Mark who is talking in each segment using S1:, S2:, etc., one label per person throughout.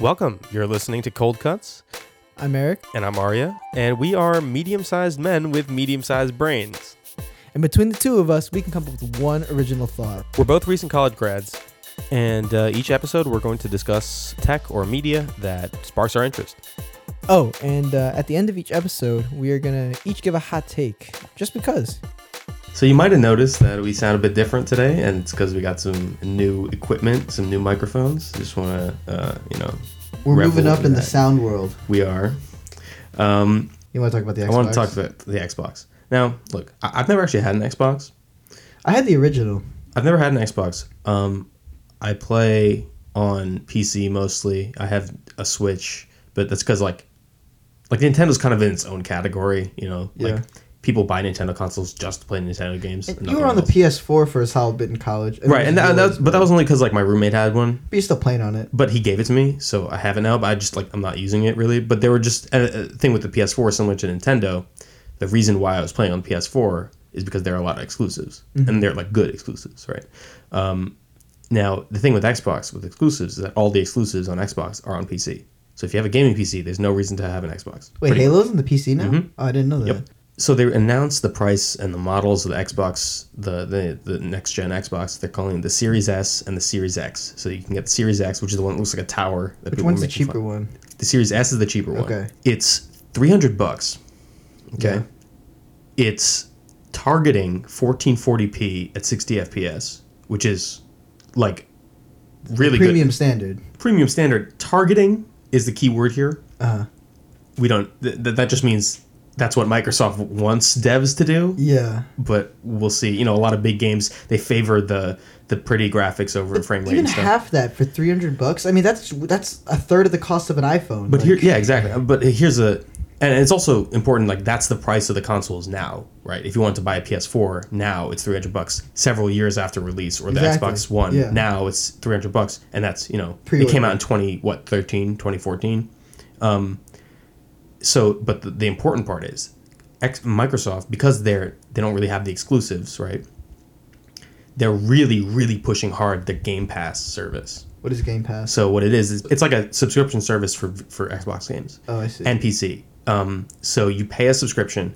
S1: Welcome. You're listening to Cold Cuts,
S2: I'm Eric.
S1: and I'm Arya, and we are medium sized men with medium sized brains.
S2: And between the two of us, we can come up with one original thought.
S1: We're both recent college grads, and uh, each episode we're going to discuss tech or media that sparks our interest.
S2: Oh, and uh, at the end of each episode, we are going to each give a hot take just because.
S1: So you might have noticed that we sound a bit different today, and it's because we got some new equipment, some new microphones. Just want to, uh, you know,
S3: We're
S1: revel
S3: moving up in the
S1: that.
S3: sound world.
S1: We are. Um,
S3: You want to talk about the Xbox?
S1: I want to talk about the Xbox. Now, look, I- I've never actually had an Xbox.
S3: I had the original.
S1: I've never had an Xbox. Um, I play on PC mostly. I have a Switch, but that's because like, like Nintendo's kind of in its own category. You know,
S3: Yeah.
S1: like people buy Nintendo consoles just to play Nintendo games.
S3: And you
S1: nothing
S3: were on the
S1: else.
S3: PS4 for a solid bit in college.
S1: right, and that,
S3: was
S1: that
S3: yours,
S1: was, but that was only because like my roommate had one,
S3: But you're still playing on it.
S1: but he gave it to me, so I have it now. But I just like I'm not using it really. But there were just a, a thing with the PS4 similar to Nintendo. The reason why I was playing on PS4 is because there are a lot of exclusives,
S3: Mm-hmm.
S1: and they're like good exclusives, right? Um, now the thing with Xbox with exclusives is that all the exclusives on Xbox are on PC. So if you have a gaming PC, there's no reason to have an Xbox.
S3: Wait,
S1: Pretty- Mm-hmm.
S3: Halo's on the PC now? Oh, I didn't know that.
S1: Yep. So they announced the price and the models of the Xbox, the the, the next gen Xbox. They're calling it the Series S and the Series X. So you can get the Series X, which is the one that looks like a tower. That
S3: Which
S1: people were
S3: one's the
S1: making
S3: cheaper
S1: fun-
S3: one?
S1: The Series S is the cheaper one.
S3: Okay.
S1: It's three hundred bucks. Okay.
S3: Yeah.
S1: It's targeting fourteen forty p at sixty fps, which is like really
S3: Premium standard.
S1: good. Premium standard targeting is the key word here.
S3: Uh,
S1: We don't. Th- th- that just means. That's what Microsoft wants devs to do
S3: yeah.
S1: but we'll see. You know, a lot of big games they favor the the pretty graphics over frame rate
S3: Even
S1: and stuff.
S3: half that for 300 bucks. I mean, that's that's a third of the cost of an iPhone.
S1: but
S3: Like,
S1: here, yeah, exactly. But here's a, and it's also important. Like that's the price of the consoles now, right? If you want to buy a PS4 now, it's three hundred bucks. Several years after release, or the
S3: Exactly.
S1: Xbox One
S3: Yeah.
S1: now, it's three hundred bucks, and that's you know it
S3: Pre-order.
S1: came out in twenty what 13, 2014. Um, so, but the, the important part is, X, Microsoft because they're they don't really have the exclusives, right? They're really, really pushing hard the Game Pass service.
S3: What is Game Pass?
S1: So what it is is it's like a subscription service for for Xbox games
S3: Oh, I see.
S1: and PC. Um, so you pay a subscription,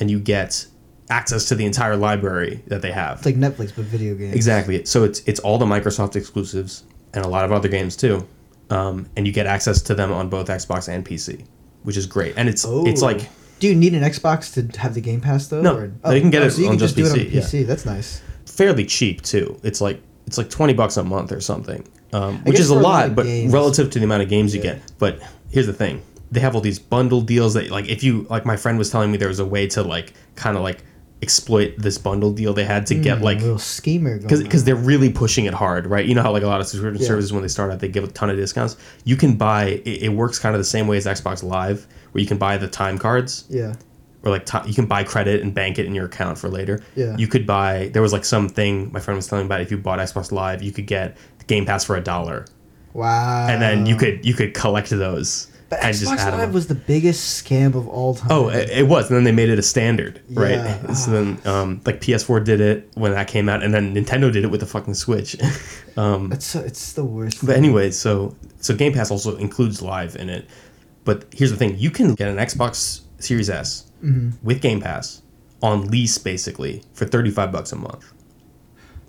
S1: and you get access to the entire library that they have.
S3: it's like Netflix, but video games.
S1: exactly. So it's it's all the Microsoft exclusives and a lot of other games too, um, and you get access to them on both Xbox and PC, which is great. And it's it's
S3: Oh.
S1: like
S3: Do you need an Xbox to have the Game Pass though? oh,
S1: No, no, you can get it
S3: so you
S1: on
S3: can
S1: just
S3: just do it on
S1: PC, yeah.
S3: PC. That's nice.
S1: fairly cheap too. It's like it's like twenty bucks a month or something, um, which
S3: guess
S1: is a
S3: for a lot
S1: lot,
S3: of
S1: but
S3: games-
S1: relative to the amount of games you
S3: Yeah.
S1: get. But here's the thing: they have all these bundle deals that, like, if you like, my friend was telling me there was a way to like kind of like exploit this bundle deal they had to get like
S3: a little schemer going. on.
S1: because they're really pushing it hard, right? You know how like a lot of subscription
S3: Yeah.
S1: services when they start out they give a ton of discounts. You can buy it, it works kind of the same way as Xbox Live, where you can buy the time cards
S3: yeah.
S1: or like ti you can buy credit and bank it in your account for later.
S3: Yeah.
S1: You could buy there was like something my friend was telling me about if you bought Xbox Live, you could get Game Pass for a dollar,
S3: Wow.
S1: and then you could you could collect those
S3: Ah. But
S1: and
S3: Xbox
S1: just add them.
S3: Live
S1: up.
S3: was the biggest scam of all time.
S1: Oh, it, it was. And then they made it a standard,
S3: Yeah.
S1: right? So then, um, like PS4 did it when that came out, and then Nintendo did it with the fucking Switch. um,
S3: it's so, it's the worst.
S1: But anyway, so so Game Pass also includes Live in it. But here's the thing: you can get an Xbox Series S
S3: Mm-hmm.
S1: with Game Pass on lease, basically, for thirty five bucks a month,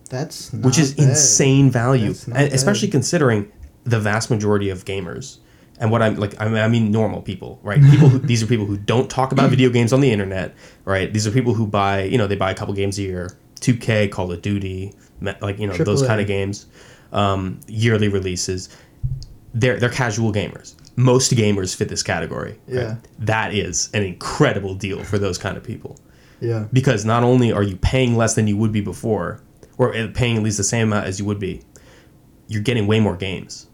S3: That's not
S1: which is
S3: bad.
S1: insane value,
S3: That's not
S1: and especially
S3: bad.
S1: considering the vast majority of gamers. And what I'm like, I mean, I mean normal people, right? People who these are people who don't talk about video games on the internet, right? These are people who buy, you know, they buy a couple games a year, 2K, Call of Duty, me- like you know those
S3: AAA.
S1: kind of games, um, yearly releases they're they're casual gamers. Most gamers fit this category.
S3: Yeah.
S1: That is an incredible deal for those kind of people
S3: Yeah.
S1: because not only are you paying less than you would be before or eh, paying at least the same amount as you would be, you're getting way more games,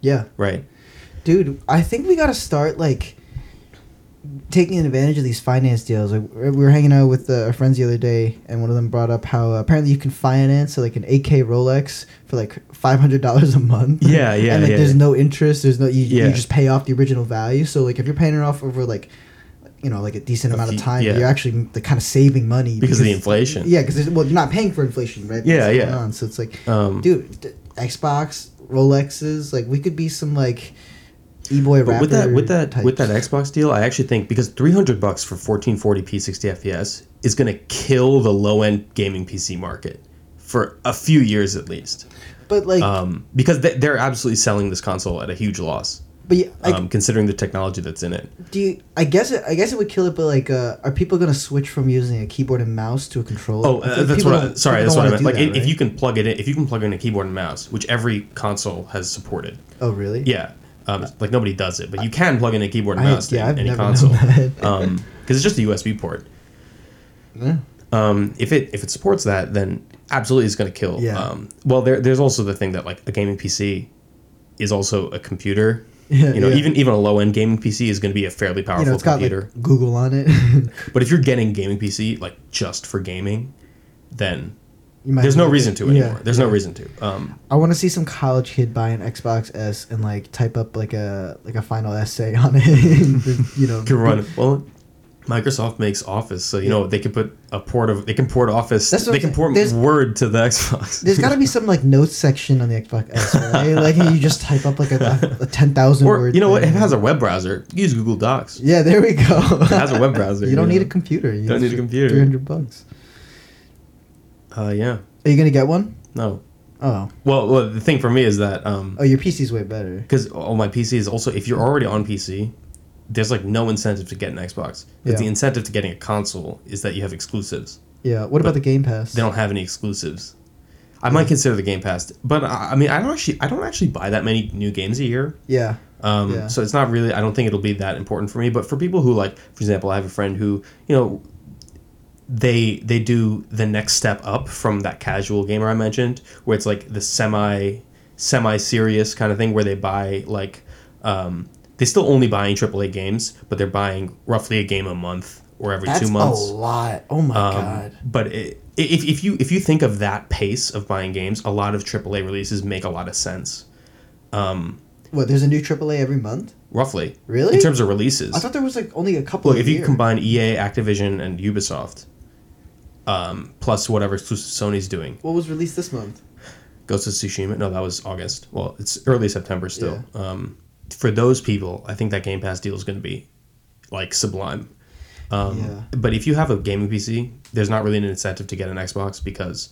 S3: Yeah.
S1: right?
S3: Dude, I think we got to start like taking advantage of these finance deals. Like we were hanging out with uh, our friends the other day and one of them brought up how uh, apparently you can finance uh, like an 8K Rolex for like $500 a month.
S1: Yeah, yeah,
S3: And like
S1: yeah,
S3: there's
S1: yeah.
S3: no interest, there's no you,
S1: Yeah.
S3: you just pay off the original value. So like if you're paying it off over like you know, like a decent amount of
S1: few-
S3: time,
S1: yeah.
S3: you're actually like, kind of saving money
S1: Because of the inflation.
S3: Yeah, because well, you're not paying for inflation, right?
S1: Yeah,
S3: That's
S1: yeah.
S3: going On. So it's like,
S1: Um,
S3: dude, d- Xbox, Rolexes, like we could be some like e-boy
S1: But
S3: rapper.
S1: with that with that with that
S3: types.
S1: Xbox deal, I actually think because 300 bucks for 1440p 60 FPS is going to kill the low end gaming PC market for a few years at least,
S3: But like,
S1: um, because they, they're absolutely selling this console at a huge loss,
S3: but yeah, I,
S1: um, considering the technology that's in it.
S3: do you, I guess it, I guess it would kill it. But like, uh, are people gonna switch from using a keyboard and mouse to a controller?
S1: Oh,
S3: I
S1: uh,
S3: think
S1: that's
S3: people
S1: what. I,
S3: don't-
S1: sorry,
S3: people
S1: that's
S3: don't
S1: what I meant.
S3: wanna do
S1: Like,
S3: that,
S1: if- if
S3: right?
S1: you can plug it in, if you can plug in a keyboard and mouse, which every console has supported,
S3: Oh, really?
S1: yeah, um, it's- like nobody does it, but you can plug in a keyboard and
S3: I-
S1: mouse
S3: yeah, I've
S1: to any
S3: never
S1: console, Uh,
S3: known
S1: because
S3: that.
S1: it's just a USB port.
S3: Yeah.
S1: Um, if it if it supports that, then absolutely it's going to kill.
S3: Yeah.
S1: Um, well, there, there's also the thing that like a gaming PC is also a computer.
S3: Yeah,
S1: you know,
S3: yeah.
S1: even even a low end gaming PC is going to be a fairly powerful
S3: You know, it's got
S1: computer.
S3: like Google on it.
S1: but if you're getting gaming PC like just for gaming, then
S3: You might
S1: there's
S3: as
S1: no
S3: well
S1: reason
S3: get-
S1: to
S3: yeah.
S1: anymore. There's no reason to. Um,
S3: I want to see some college kid buy an Xbox S and like type up like a like a final essay on it. you know,
S1: could run well. Microsoft makes Office, so you know they can put a port of they can port Office.
S3: That's what
S1: they
S3: I'm
S1: can
S3: saying.
S1: port
S3: There's-
S1: Word to the Xbox.
S3: There's got to be some like notes section on the Xbox S, right? like you just type up like a, a ten thousand
S1: or
S3: word.
S1: you know what? It
S3: thing.
S1: has a web browser. Use Google Docs.
S3: Yeah, there we go. It
S1: has a web browser,
S3: you don't
S1: yeah.
S3: need a computer. You
S1: Don't need a computer.
S3: Three hundred bucks.
S1: Uh, yeah.
S3: Are you gonna get one?
S1: No.
S3: Oh,
S1: Well, well, the thing for me is that um
S3: oh, your PC's way better.
S1: 'cause because oh, my PC is also if you're already on PC, there's like no incentive to get an Xbox. But
S3: Yeah.
S1: the incentive to getting a console is that you have exclusives.
S3: Yeah. What about the Game Pass?
S1: They don't have any exclusives. I might consider the Game Pass, but I, I mean, I don't actually, I don't actually buy that many new games a year.
S3: yeah.
S1: Um,
S3: Yeah.
S1: So it's not really. I don't think it'll be that important for me. But for people who like, for example, I have a friend who, you know, they they do the next step up from that casual gamer I mentioned, where it's like the semi semi serious kind of thing, where they buy like, um, they still only buying AAA games, but they're buying roughly a game a month or every
S3: That's
S1: two months.
S3: a lot. Oh my
S1: Um,
S3: god.
S1: But it, i- if, if you if you think of that pace of buying games, a lot of AAA releases make a lot of sense,
S3: What? There's a new AAA every month.
S1: roughly.
S3: Really?
S1: In terms of releases,
S3: I thought there was like only a couple.
S1: look
S3: a
S1: if you
S3: year.
S1: combine EA, Activision, and Ubisoft, um, plus whatever exclusive Sony's doing,
S3: What was released this month?
S1: Ghost of Tsushima. No, that was August. Well, it's early September still. Um, for those people, I think that Game Pass deal is going to be like sublime. Um,
S3: Yeah.
S1: But if you have a gaming PC, there's not really an incentive to get an Xbox because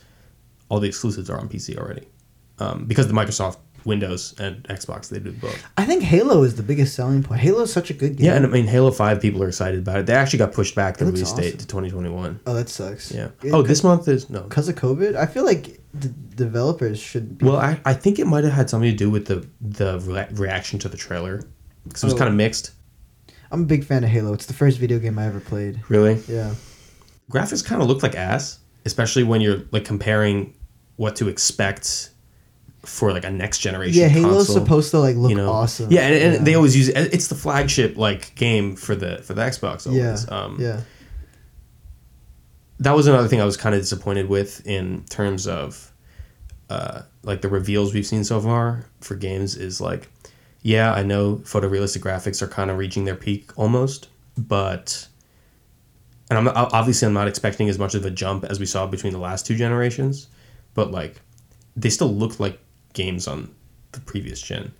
S1: all the exclusives are on PC already. Um, because the Microsoft Windows and Xbox, they do both.
S3: I think Halo is the biggest selling point. Halo is such a good game.
S1: Yeah, and I mean Halo Five. People are excited about it. They actually got pushed back the
S3: It looks
S1: release
S3: awesome.
S1: date to 2021.
S3: oh, that sucks.
S1: Yeah. Oh, this month is no.
S3: because of COVID, I feel like the developers should be.
S1: Well, I, I think it might have had something to do with the the re- reaction to the trailer because it was
S3: Oh.
S1: kind of mixed.
S3: I'm a big fan of Halo. It's the first video game I ever played.
S1: Really,
S3: Yeah.
S1: graphics kind of look like ass, especially when you're like comparing what to expect for like a next generation.
S3: Yeah, Halo's
S1: console,
S3: supposed to like look
S1: you know?
S3: awesome.
S1: Yeah, and, and they always use it. It's the flagship like game for the for the Xbox.
S3: yeah,
S1: Always. Um,
S3: yeah.
S1: that was another thing I was kind of disappointed with in terms of uh, like the reveals we've seen so far for games is like, yeah, I know photorealistic graphics are kind of reaching their peak almost, but and I'm obviously I'm not expecting as much of a jump as we saw between the last two generations, but like they still look like games on the previous gen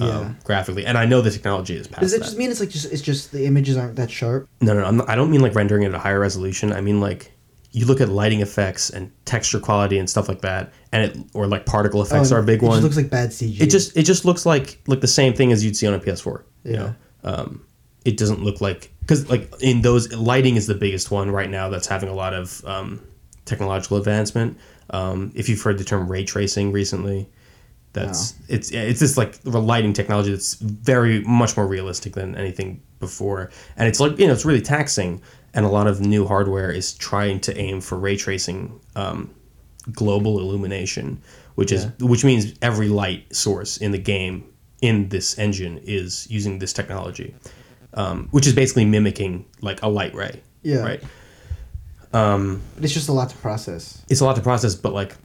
S1: um,
S3: Yeah.
S1: graphically, and I know the technology is past.
S3: Does it
S1: that.
S3: just mean it's like just it's just the images aren't that sharp?
S1: No, no, I'm not, I don't mean like rendering it at a higher resolution. I mean like you look at lighting effects and texture quality and stuff like that, and it or like particle effects
S3: Oh,
S1: are a big
S3: it
S1: one.
S3: Just looks like bad CG.
S1: it just it just looks like like the same thing as you'd see on a PS4.
S3: Yeah.
S1: You know, um, it doesn't look like because like in those lighting is the biggest one right now that's having a lot of um, technological advancement. Um, if you've heard the term ray tracing recently. That's it's it's this like the lighting technology that's very much more realistic than anything before, and it's like you know it's really taxing, and a lot of new hardware is trying to aim for ray tracing um, global illumination, which is which means every light source in the game in this engine is using this technology, um, which is basically mimicking like a light ray.
S3: Yeah.
S1: Right.
S3: But it's just a lot to process.
S1: It's a lot to process, but like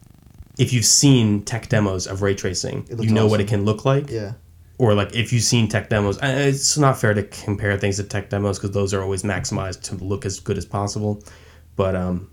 S1: if you've seen tech demos of ray tracing,
S3: looks
S1: you know what
S3: awesome.
S1: it can look like.
S3: Yeah.
S1: Or like if you've seen tech demos, and it's not fair to compare things to tech demos because those are always maximized to look as good as possible, but um,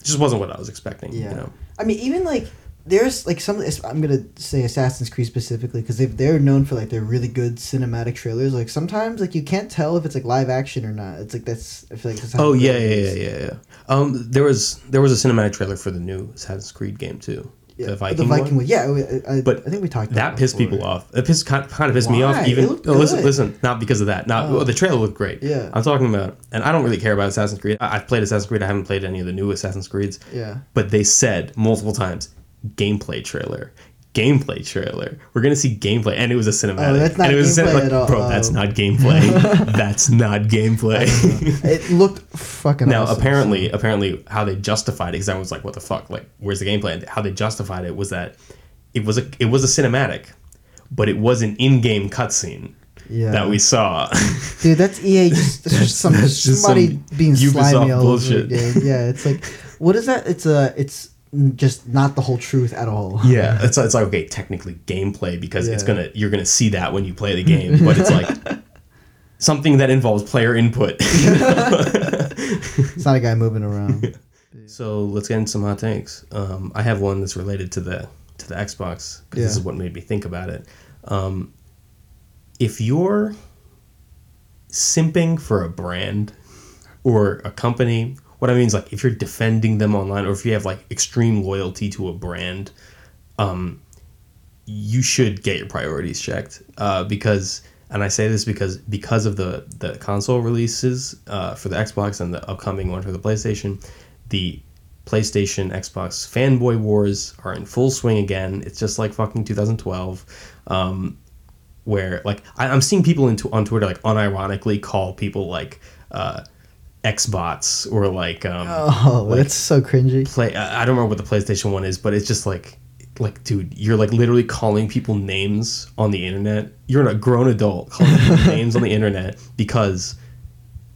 S1: it just wasn't what I was expecting.
S3: Yeah.
S1: You know?
S3: I mean, even like there's like some. I'm gonna say Assassin's Creed specifically because if they're known for like their really good cinematic trailers, like sometimes like you can't tell if it's like live action or not. It's like that's. I feel like. That's how
S1: Oh
S3: it
S1: yeah,
S3: goes.
S1: yeah, yeah, yeah, yeah. Um, there was there was a cinematic trailer for the new Assassin's Creed game too.
S3: Yeah,
S1: The
S3: but
S1: Viking
S3: The
S1: one?
S3: Viking one. Yeah, I- I, I,
S1: But
S3: I think we talked. about
S1: That
S3: it
S1: pissed
S3: before.
S1: people off. It pissed kind kind of pissed me
S3: Why?
S1: off.
S3: It
S1: Even
S3: looked
S1: no, listen,
S3: good.
S1: listen, not because of that. Not
S3: Oh.
S1: well, the trailer looked great.
S3: Yeah.
S1: I'm talking about, and I don't really care about Assassin's Creed. I, I've played Assassin's Creed. I haven't played any of the new Assassin's Creeds.
S3: Yeah.
S1: But they said multiple times, gameplay trailer, gameplay trailer. We're gonna see gameplay, and it was a cinematic.
S3: Oh, that's not
S1: and it was a
S3: gameplay at all.
S1: Bro,
S3: Oh.
S1: that's not gameplay. that's not gameplay.
S3: It looked fucking.
S1: Now,
S3: awesome.
S1: apparently, apparently, how they justified it because I was like, "What the fuck? Like, where's the gameplay?" And how they justified it was that it was a it was a cinematic, but it was an in-game cutscene
S3: Yeah.
S1: that we saw.
S3: Dude, that's EA just, some
S1: that's just
S3: somebody
S1: some
S3: being slimy
S1: Ubisoft
S3: all
S1: bullshit.
S3: over again. Yeah, it's like, what is that? It's uh, it's just not the whole truth at all.
S1: yeah, it's it's like okay, technically gameplay because it's
S3: Yeah.
S1: gonna you're gonna see that when you play the game, but it's like something that involves player input.
S3: It's not a guy moving around.
S1: So let's get into some hot takes. Um, I have one that's related to the to the Xbox because this
S3: Yeah.
S1: is what made me think about it. Um, if you're simping for a brand or a company, what I mean is like if you're defending them online or if you have like extreme loyalty to a brand, um, you should get your priorities checked uh, because and I say this because because of the the console releases uh, for the Xbox and the upcoming one for the PlayStation, the PlayStation Xbox fanboy wars are in full swing again. It's just like fucking 2012, um, where like I, I'm seeing people into on Twitter like unironically call people like uh, Xbots or like um,
S3: Oh,
S1: like-
S3: that's so cringy.
S1: play I I don't remember what the PlayStation one is, but it's just like like dude, you're like literally calling people names on the internet. You're a grown adult calling people names on the internet because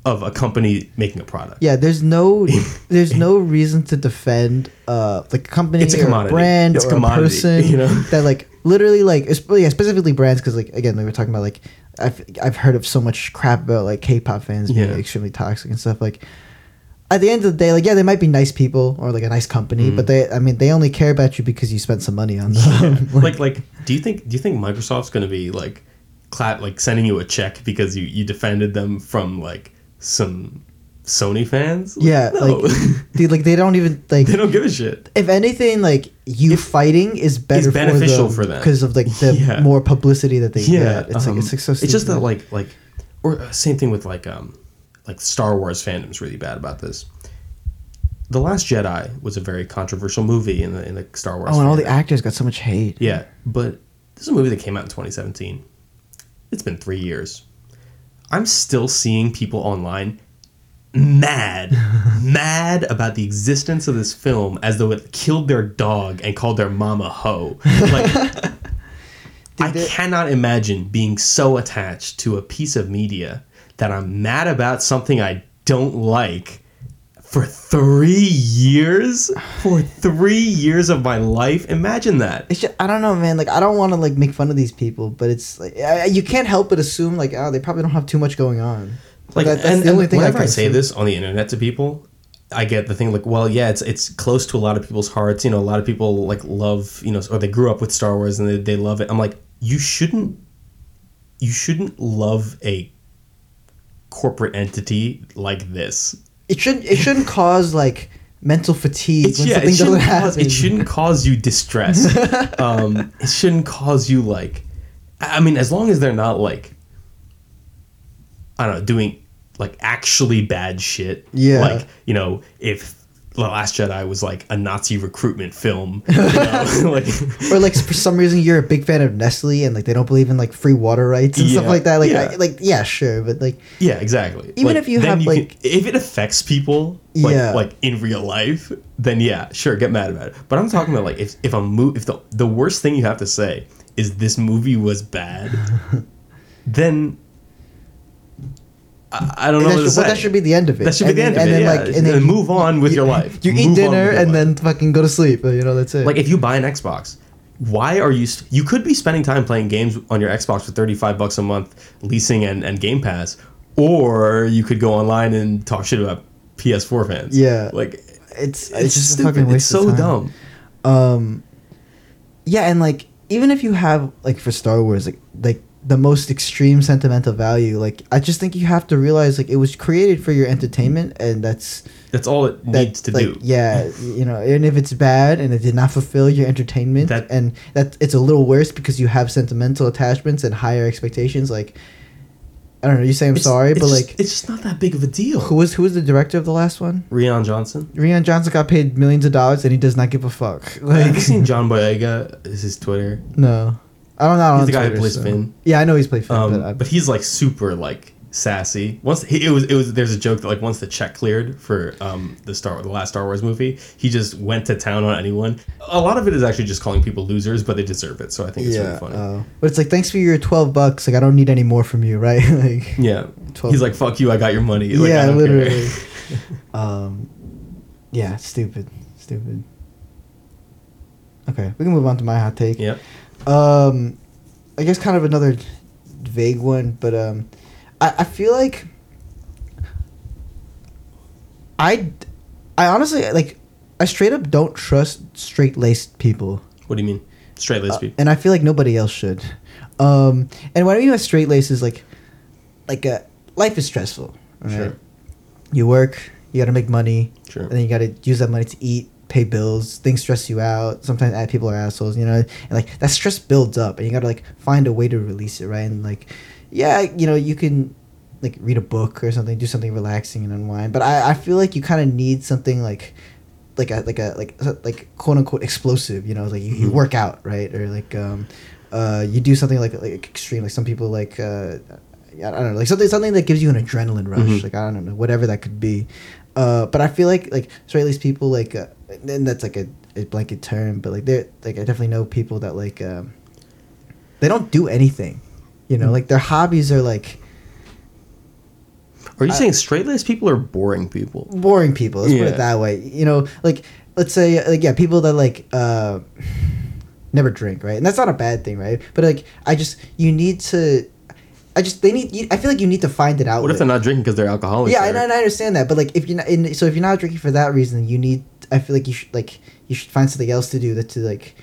S1: of a company making a product.
S3: Yeah, there's no, there's no reason to defend uh like a company
S1: It's a
S3: or a
S1: commodity.
S3: brand
S1: It's
S3: or
S1: commodity,
S3: a person
S1: you know?
S3: that like literally like it's yeah specifically brands because like again we were talking about like I've I've heard of so much crap about like K-pop fans being
S1: Yeah.
S3: extremely toxic and stuff like. At the end of the day, like yeah, they might be nice people or like a nice company,
S1: Mm.
S3: but they I mean they only care about you because you spent some money on them.
S1: Like
S3: like,
S1: like do you think do you think Microsoft's gonna be like clap like sending you a check because you you defended them from like some Sony fans? Like,
S3: yeah,
S1: no.
S3: like dude, like they don't even like
S1: they don't give a shit.
S3: if anything, like you fighting is better
S1: beneficial for them.
S3: because of like the
S1: Yeah.
S3: more publicity that they
S1: yeah
S3: get. It's
S1: um,
S3: like it's like so.
S1: it's just that
S3: stupid.
S1: like like or uh, same thing with like um like star wars fandom's really bad about this the last jedi was a very controversial movie in the in the star wars
S3: oh, and all the
S1: fandom.
S3: actors got so much hate.
S1: yeah but this is a movie that came out in 2017 it's been three years i'm still seeing people online mad mad about the existence of this film as though it killed their dog and called their mama hoe like I
S3: they-
S1: cannot imagine being so attached to a piece of media that I'm mad about something I don't like for three years. For three years of my life, imagine that.
S3: It's just, I don't know, man. Like I don't want to like make fun of these people, but it's like I, I- you can't help but assume like oh they probably don't have too much going on.
S1: Like,
S3: That-
S1: and, and whenever I,
S3: can
S1: say
S3: assume.
S1: this on the internet to people, I get the thing like, well, yeah, it's it's close to a lot of people's hearts. You know, a lot of people like love, you know, or they grew up with Star Wars and they, they love it. I'm like, you shouldn't, you shouldn't love a corporate entity like this
S3: It shouldn't. It shouldn't cause like mental fatigue
S1: It's-
S3: when
S1: yeah,
S3: something
S1: it
S3: doesn't
S1: shouldn't
S3: happen.
S1: cause, It shouldn't cause you distress. um, it shouldn't cause you like. I I mean, as long as they're not like, I don't know, doing like actually bad shit.
S3: Yeah.
S1: Like you know, if The Last Jedi was like a Nazi recruitment film, you know, like
S3: or like for some reason you're a big fan of Nestle and like they don't believe in like free water rights and
S1: Yeah,
S3: stuff like that. Like
S1: yeah.
S3: I, like yeah, sure, but like
S1: yeah, exactly.
S3: Even
S1: Like,
S3: if you
S1: then
S3: have,
S1: can-
S3: like-
S1: if it affects people, like,
S3: Yeah.
S1: like in real life, then yeah, sure, get mad about it. But I'm talking about like if if a mo- if the the worst thing you have to say is this movie was bad, then I, I don't know
S3: that
S1: what to
S3: should,
S1: say.
S3: well, that should be the end of it.
S1: That should be
S3: And
S1: the
S3: then-
S1: end of it. yeah.
S3: And then like and then
S1: move on with your life.
S3: You
S1: Move
S3: eat
S1: on with
S3: dinner
S1: your life.
S3: and then fucking go to sleep. uh, You know that's it.
S1: Like if you buy an Xbox, why are you? St- you could be spending time playing games on your Xbox for thirty five bucks a month, leasing and and Game Pass, or you could go online and talk shit about PS4 fans.
S3: Yeah.
S1: like it's
S3: it's it's,
S1: it's,
S3: just a
S1: stupid.
S3: fucking waste
S1: It's so
S3: of time.
S1: dumb.
S3: Um, yeah, and like even if you have like for Star Wars, like like the most extreme sentimental value, like I just think you have to realize like it was created for your entertainment, and that's
S1: That's all it
S3: that,
S1: needs to
S3: like,
S1: do.
S3: Yeah, you know, and if it's bad and it did not fulfill your entertainment,
S1: That-
S3: and that it's a little worse because you have sentimental attachments and higher expectations. Like, I don't know. You say I'm
S1: It's-
S3: sorry,
S1: it's
S3: but
S1: just-
S3: like,
S1: it's just not that big of a deal.
S3: who was who was the director of the last one?
S1: Rian Johnson.
S3: Rian Johnson got paid millions of dollars and he does not give a fuck.
S1: Have
S3: Like,
S1: you seen John Boyega? Is his Twitter?
S3: no, I don't know.
S1: He's the guy who plays Finn.
S3: Yeah, I know he's played Finn,
S1: Um,
S3: but, I,
S1: but he's like super like sassy. Once he, it was it was there's a joke that like once the check cleared for um the Star the last Star Wars movie, he just went to town on anyone. A lot of it is actually just calling people losers, but they deserve it. So I think it's really
S3: yeah,
S1: funny.
S3: oh. but it's like thanks for your twelve bucks. Like I don't need any more from you, right? like,
S1: yeah.
S3: 12
S1: He's like, fuck you, I got your money. Like, I
S3: yeah,
S1: don't care.
S3: literally. um, yeah, stupid, stupid. Okay, we can move on to my hot take.
S1: Yep.
S3: Um, I guess kind of another vague one, but um, I I feel like I I honestly like I straight up don't trust straight laced people.
S1: What do you mean? Straight laced
S3: Uh,
S1: people.
S3: and I feel like nobody else should. Um, and what I mean by straight lace is like, like uh, life is stressful. Right?
S1: Sure.
S3: You work, you got to make money,
S1: Sure.
S3: and then you got to use that money to eat, pay bills. Things stress you out. Sometimes uh, people are assholes, you know. And like that stress builds up, and you got to like find a way to release it, right? And like, yeah, you know, you can like read a book or something, do something relaxing and unwind. But I, I feel like you kind of need something like like a like a like a- like quote unquote explosive you know like you, you
S1: Mhm.
S3: work out right or like um uh you do something like like extreme like some people like uh i don't know like something something that gives you an adrenaline rush
S1: Mhm.
S3: like i don't know whatever that could be uh but i feel like like straight laced people like uh, and that's like a, a blanket term but like they're like i definitely know people that like um they don't do anything you
S1: Mm.
S3: know like their hobbies are like
S1: Are you
S3: I-
S1: saying straight laced people are boring people?
S3: boring people. Let's put
S1: Yeah.
S3: it that way. You know, like let's say like yeah, people that like uh never drink, right? And that's not a bad thing, right? But like I just you need to I just they need you, I feel like you need to find it out.
S1: What if they're not drinking because they're alcoholics?
S3: Yeah,
S1: or-
S3: and, and I understand that, but like if you're not in, so if you're not drinking for that reason, you need I feel like you should like you should find something else to do that to like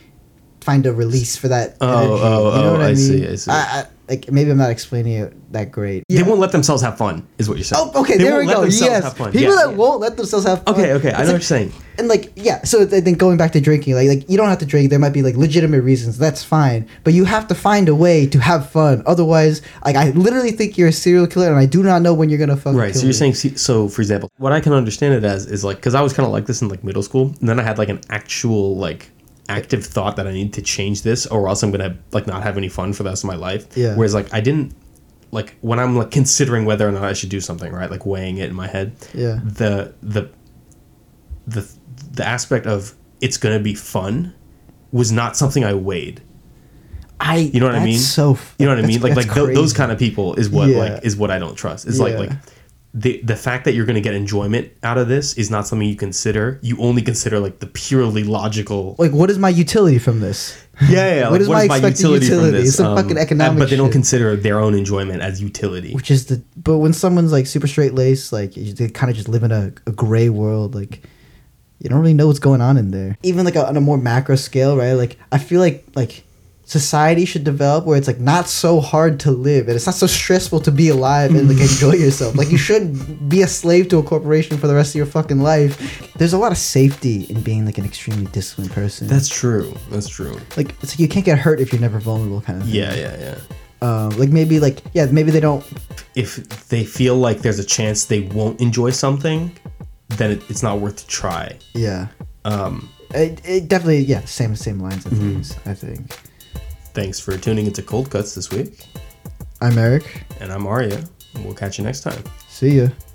S3: find a release for that
S1: Oh,
S3: energy.
S1: oh,
S3: you know
S1: oh,
S3: what I,
S1: I
S3: mean?
S1: see, I see.
S3: I, I, like maybe I'm not explaining it that great.
S1: They won't let themselves have fun, is what you're saying.
S3: Oh, okay.
S1: They
S3: there
S1: won't
S3: we
S1: let
S3: go.
S1: themselves
S3: Yes,
S1: have fun.
S3: people
S1: Yeah.
S3: that won't let themselselves have fun.
S1: Okay, okay. I know
S3: It's
S1: what
S3: like-
S1: you're saying.
S3: and like yeah so th- then going back to drinking like like you don't have to drink there might be like legitimate reasons that's fine but you have to find a way to have fun otherwise like i literally think you're a serial killer and i do not know when you're gonna fucking
S1: Right.
S3: kill
S1: So you're saying
S3: me.
S1: se- so. For example, what I can understand it as is like because I was kind of like this in like middle school, and then I had like an actual like active thought that I need to change this, or else I'm gonna like not have any fun for the rest of my life.
S3: Yeah.
S1: Whereas like I didn't like when I'm like considering whether or not I should do something, right? Like weighing it in my head.
S3: Yeah.
S1: The the the the aspect of it's gonna be fun was not something I weighed.
S3: i
S1: You know what I
S3: that's
S1: mean?
S3: so f-
S1: You know what I
S3: that's-
S1: mean? Like
S3: that's
S1: like tho- those
S3: crazy.
S1: kind of people is what
S3: Yeah.
S1: like is what I don't trust. It's like
S3: Yeah.
S1: like the the fact that you're going to get enjoyment out of this is not something you consider. You only consider like the purely logical.
S3: like what is my utility from this
S1: yeah, yeah.
S3: what is my expected utility? It's some fucking
S1: Um, and-
S3: economic
S1: But they don't
S3: shit.
S1: consider their own enjoyment as utility.
S3: which is the but when someone's like super straight laced like you- they kind of just live in a, a gray world like you don't really know what's going on in there even like a, on a more macro scale right like i feel like like society should develop where it's like not so hard to live and it's not so stressful to be alive and like enjoy yourself like you shouldn't be a slave to a corporation for the rest of your fucking life there's a lot of safety in being like an extremely disciplined person
S1: That's true. That's true.
S3: like it's like you can't get hurt if you're never vulnerable kind of thing.
S1: Yeah, yeah, yeah.
S3: um, like maybe like yeah maybe they don't
S1: If they feel like there's a chance they won't enjoy something, then it, it's not worth to try.
S3: yeah
S1: Um,
S3: It, it definitely yeah same same lines and things I think.
S1: thanks for tuning into Cold Cuts this week,
S3: I'm Eric.
S1: and I'm Aria. We'll catch you next time.
S3: See ya.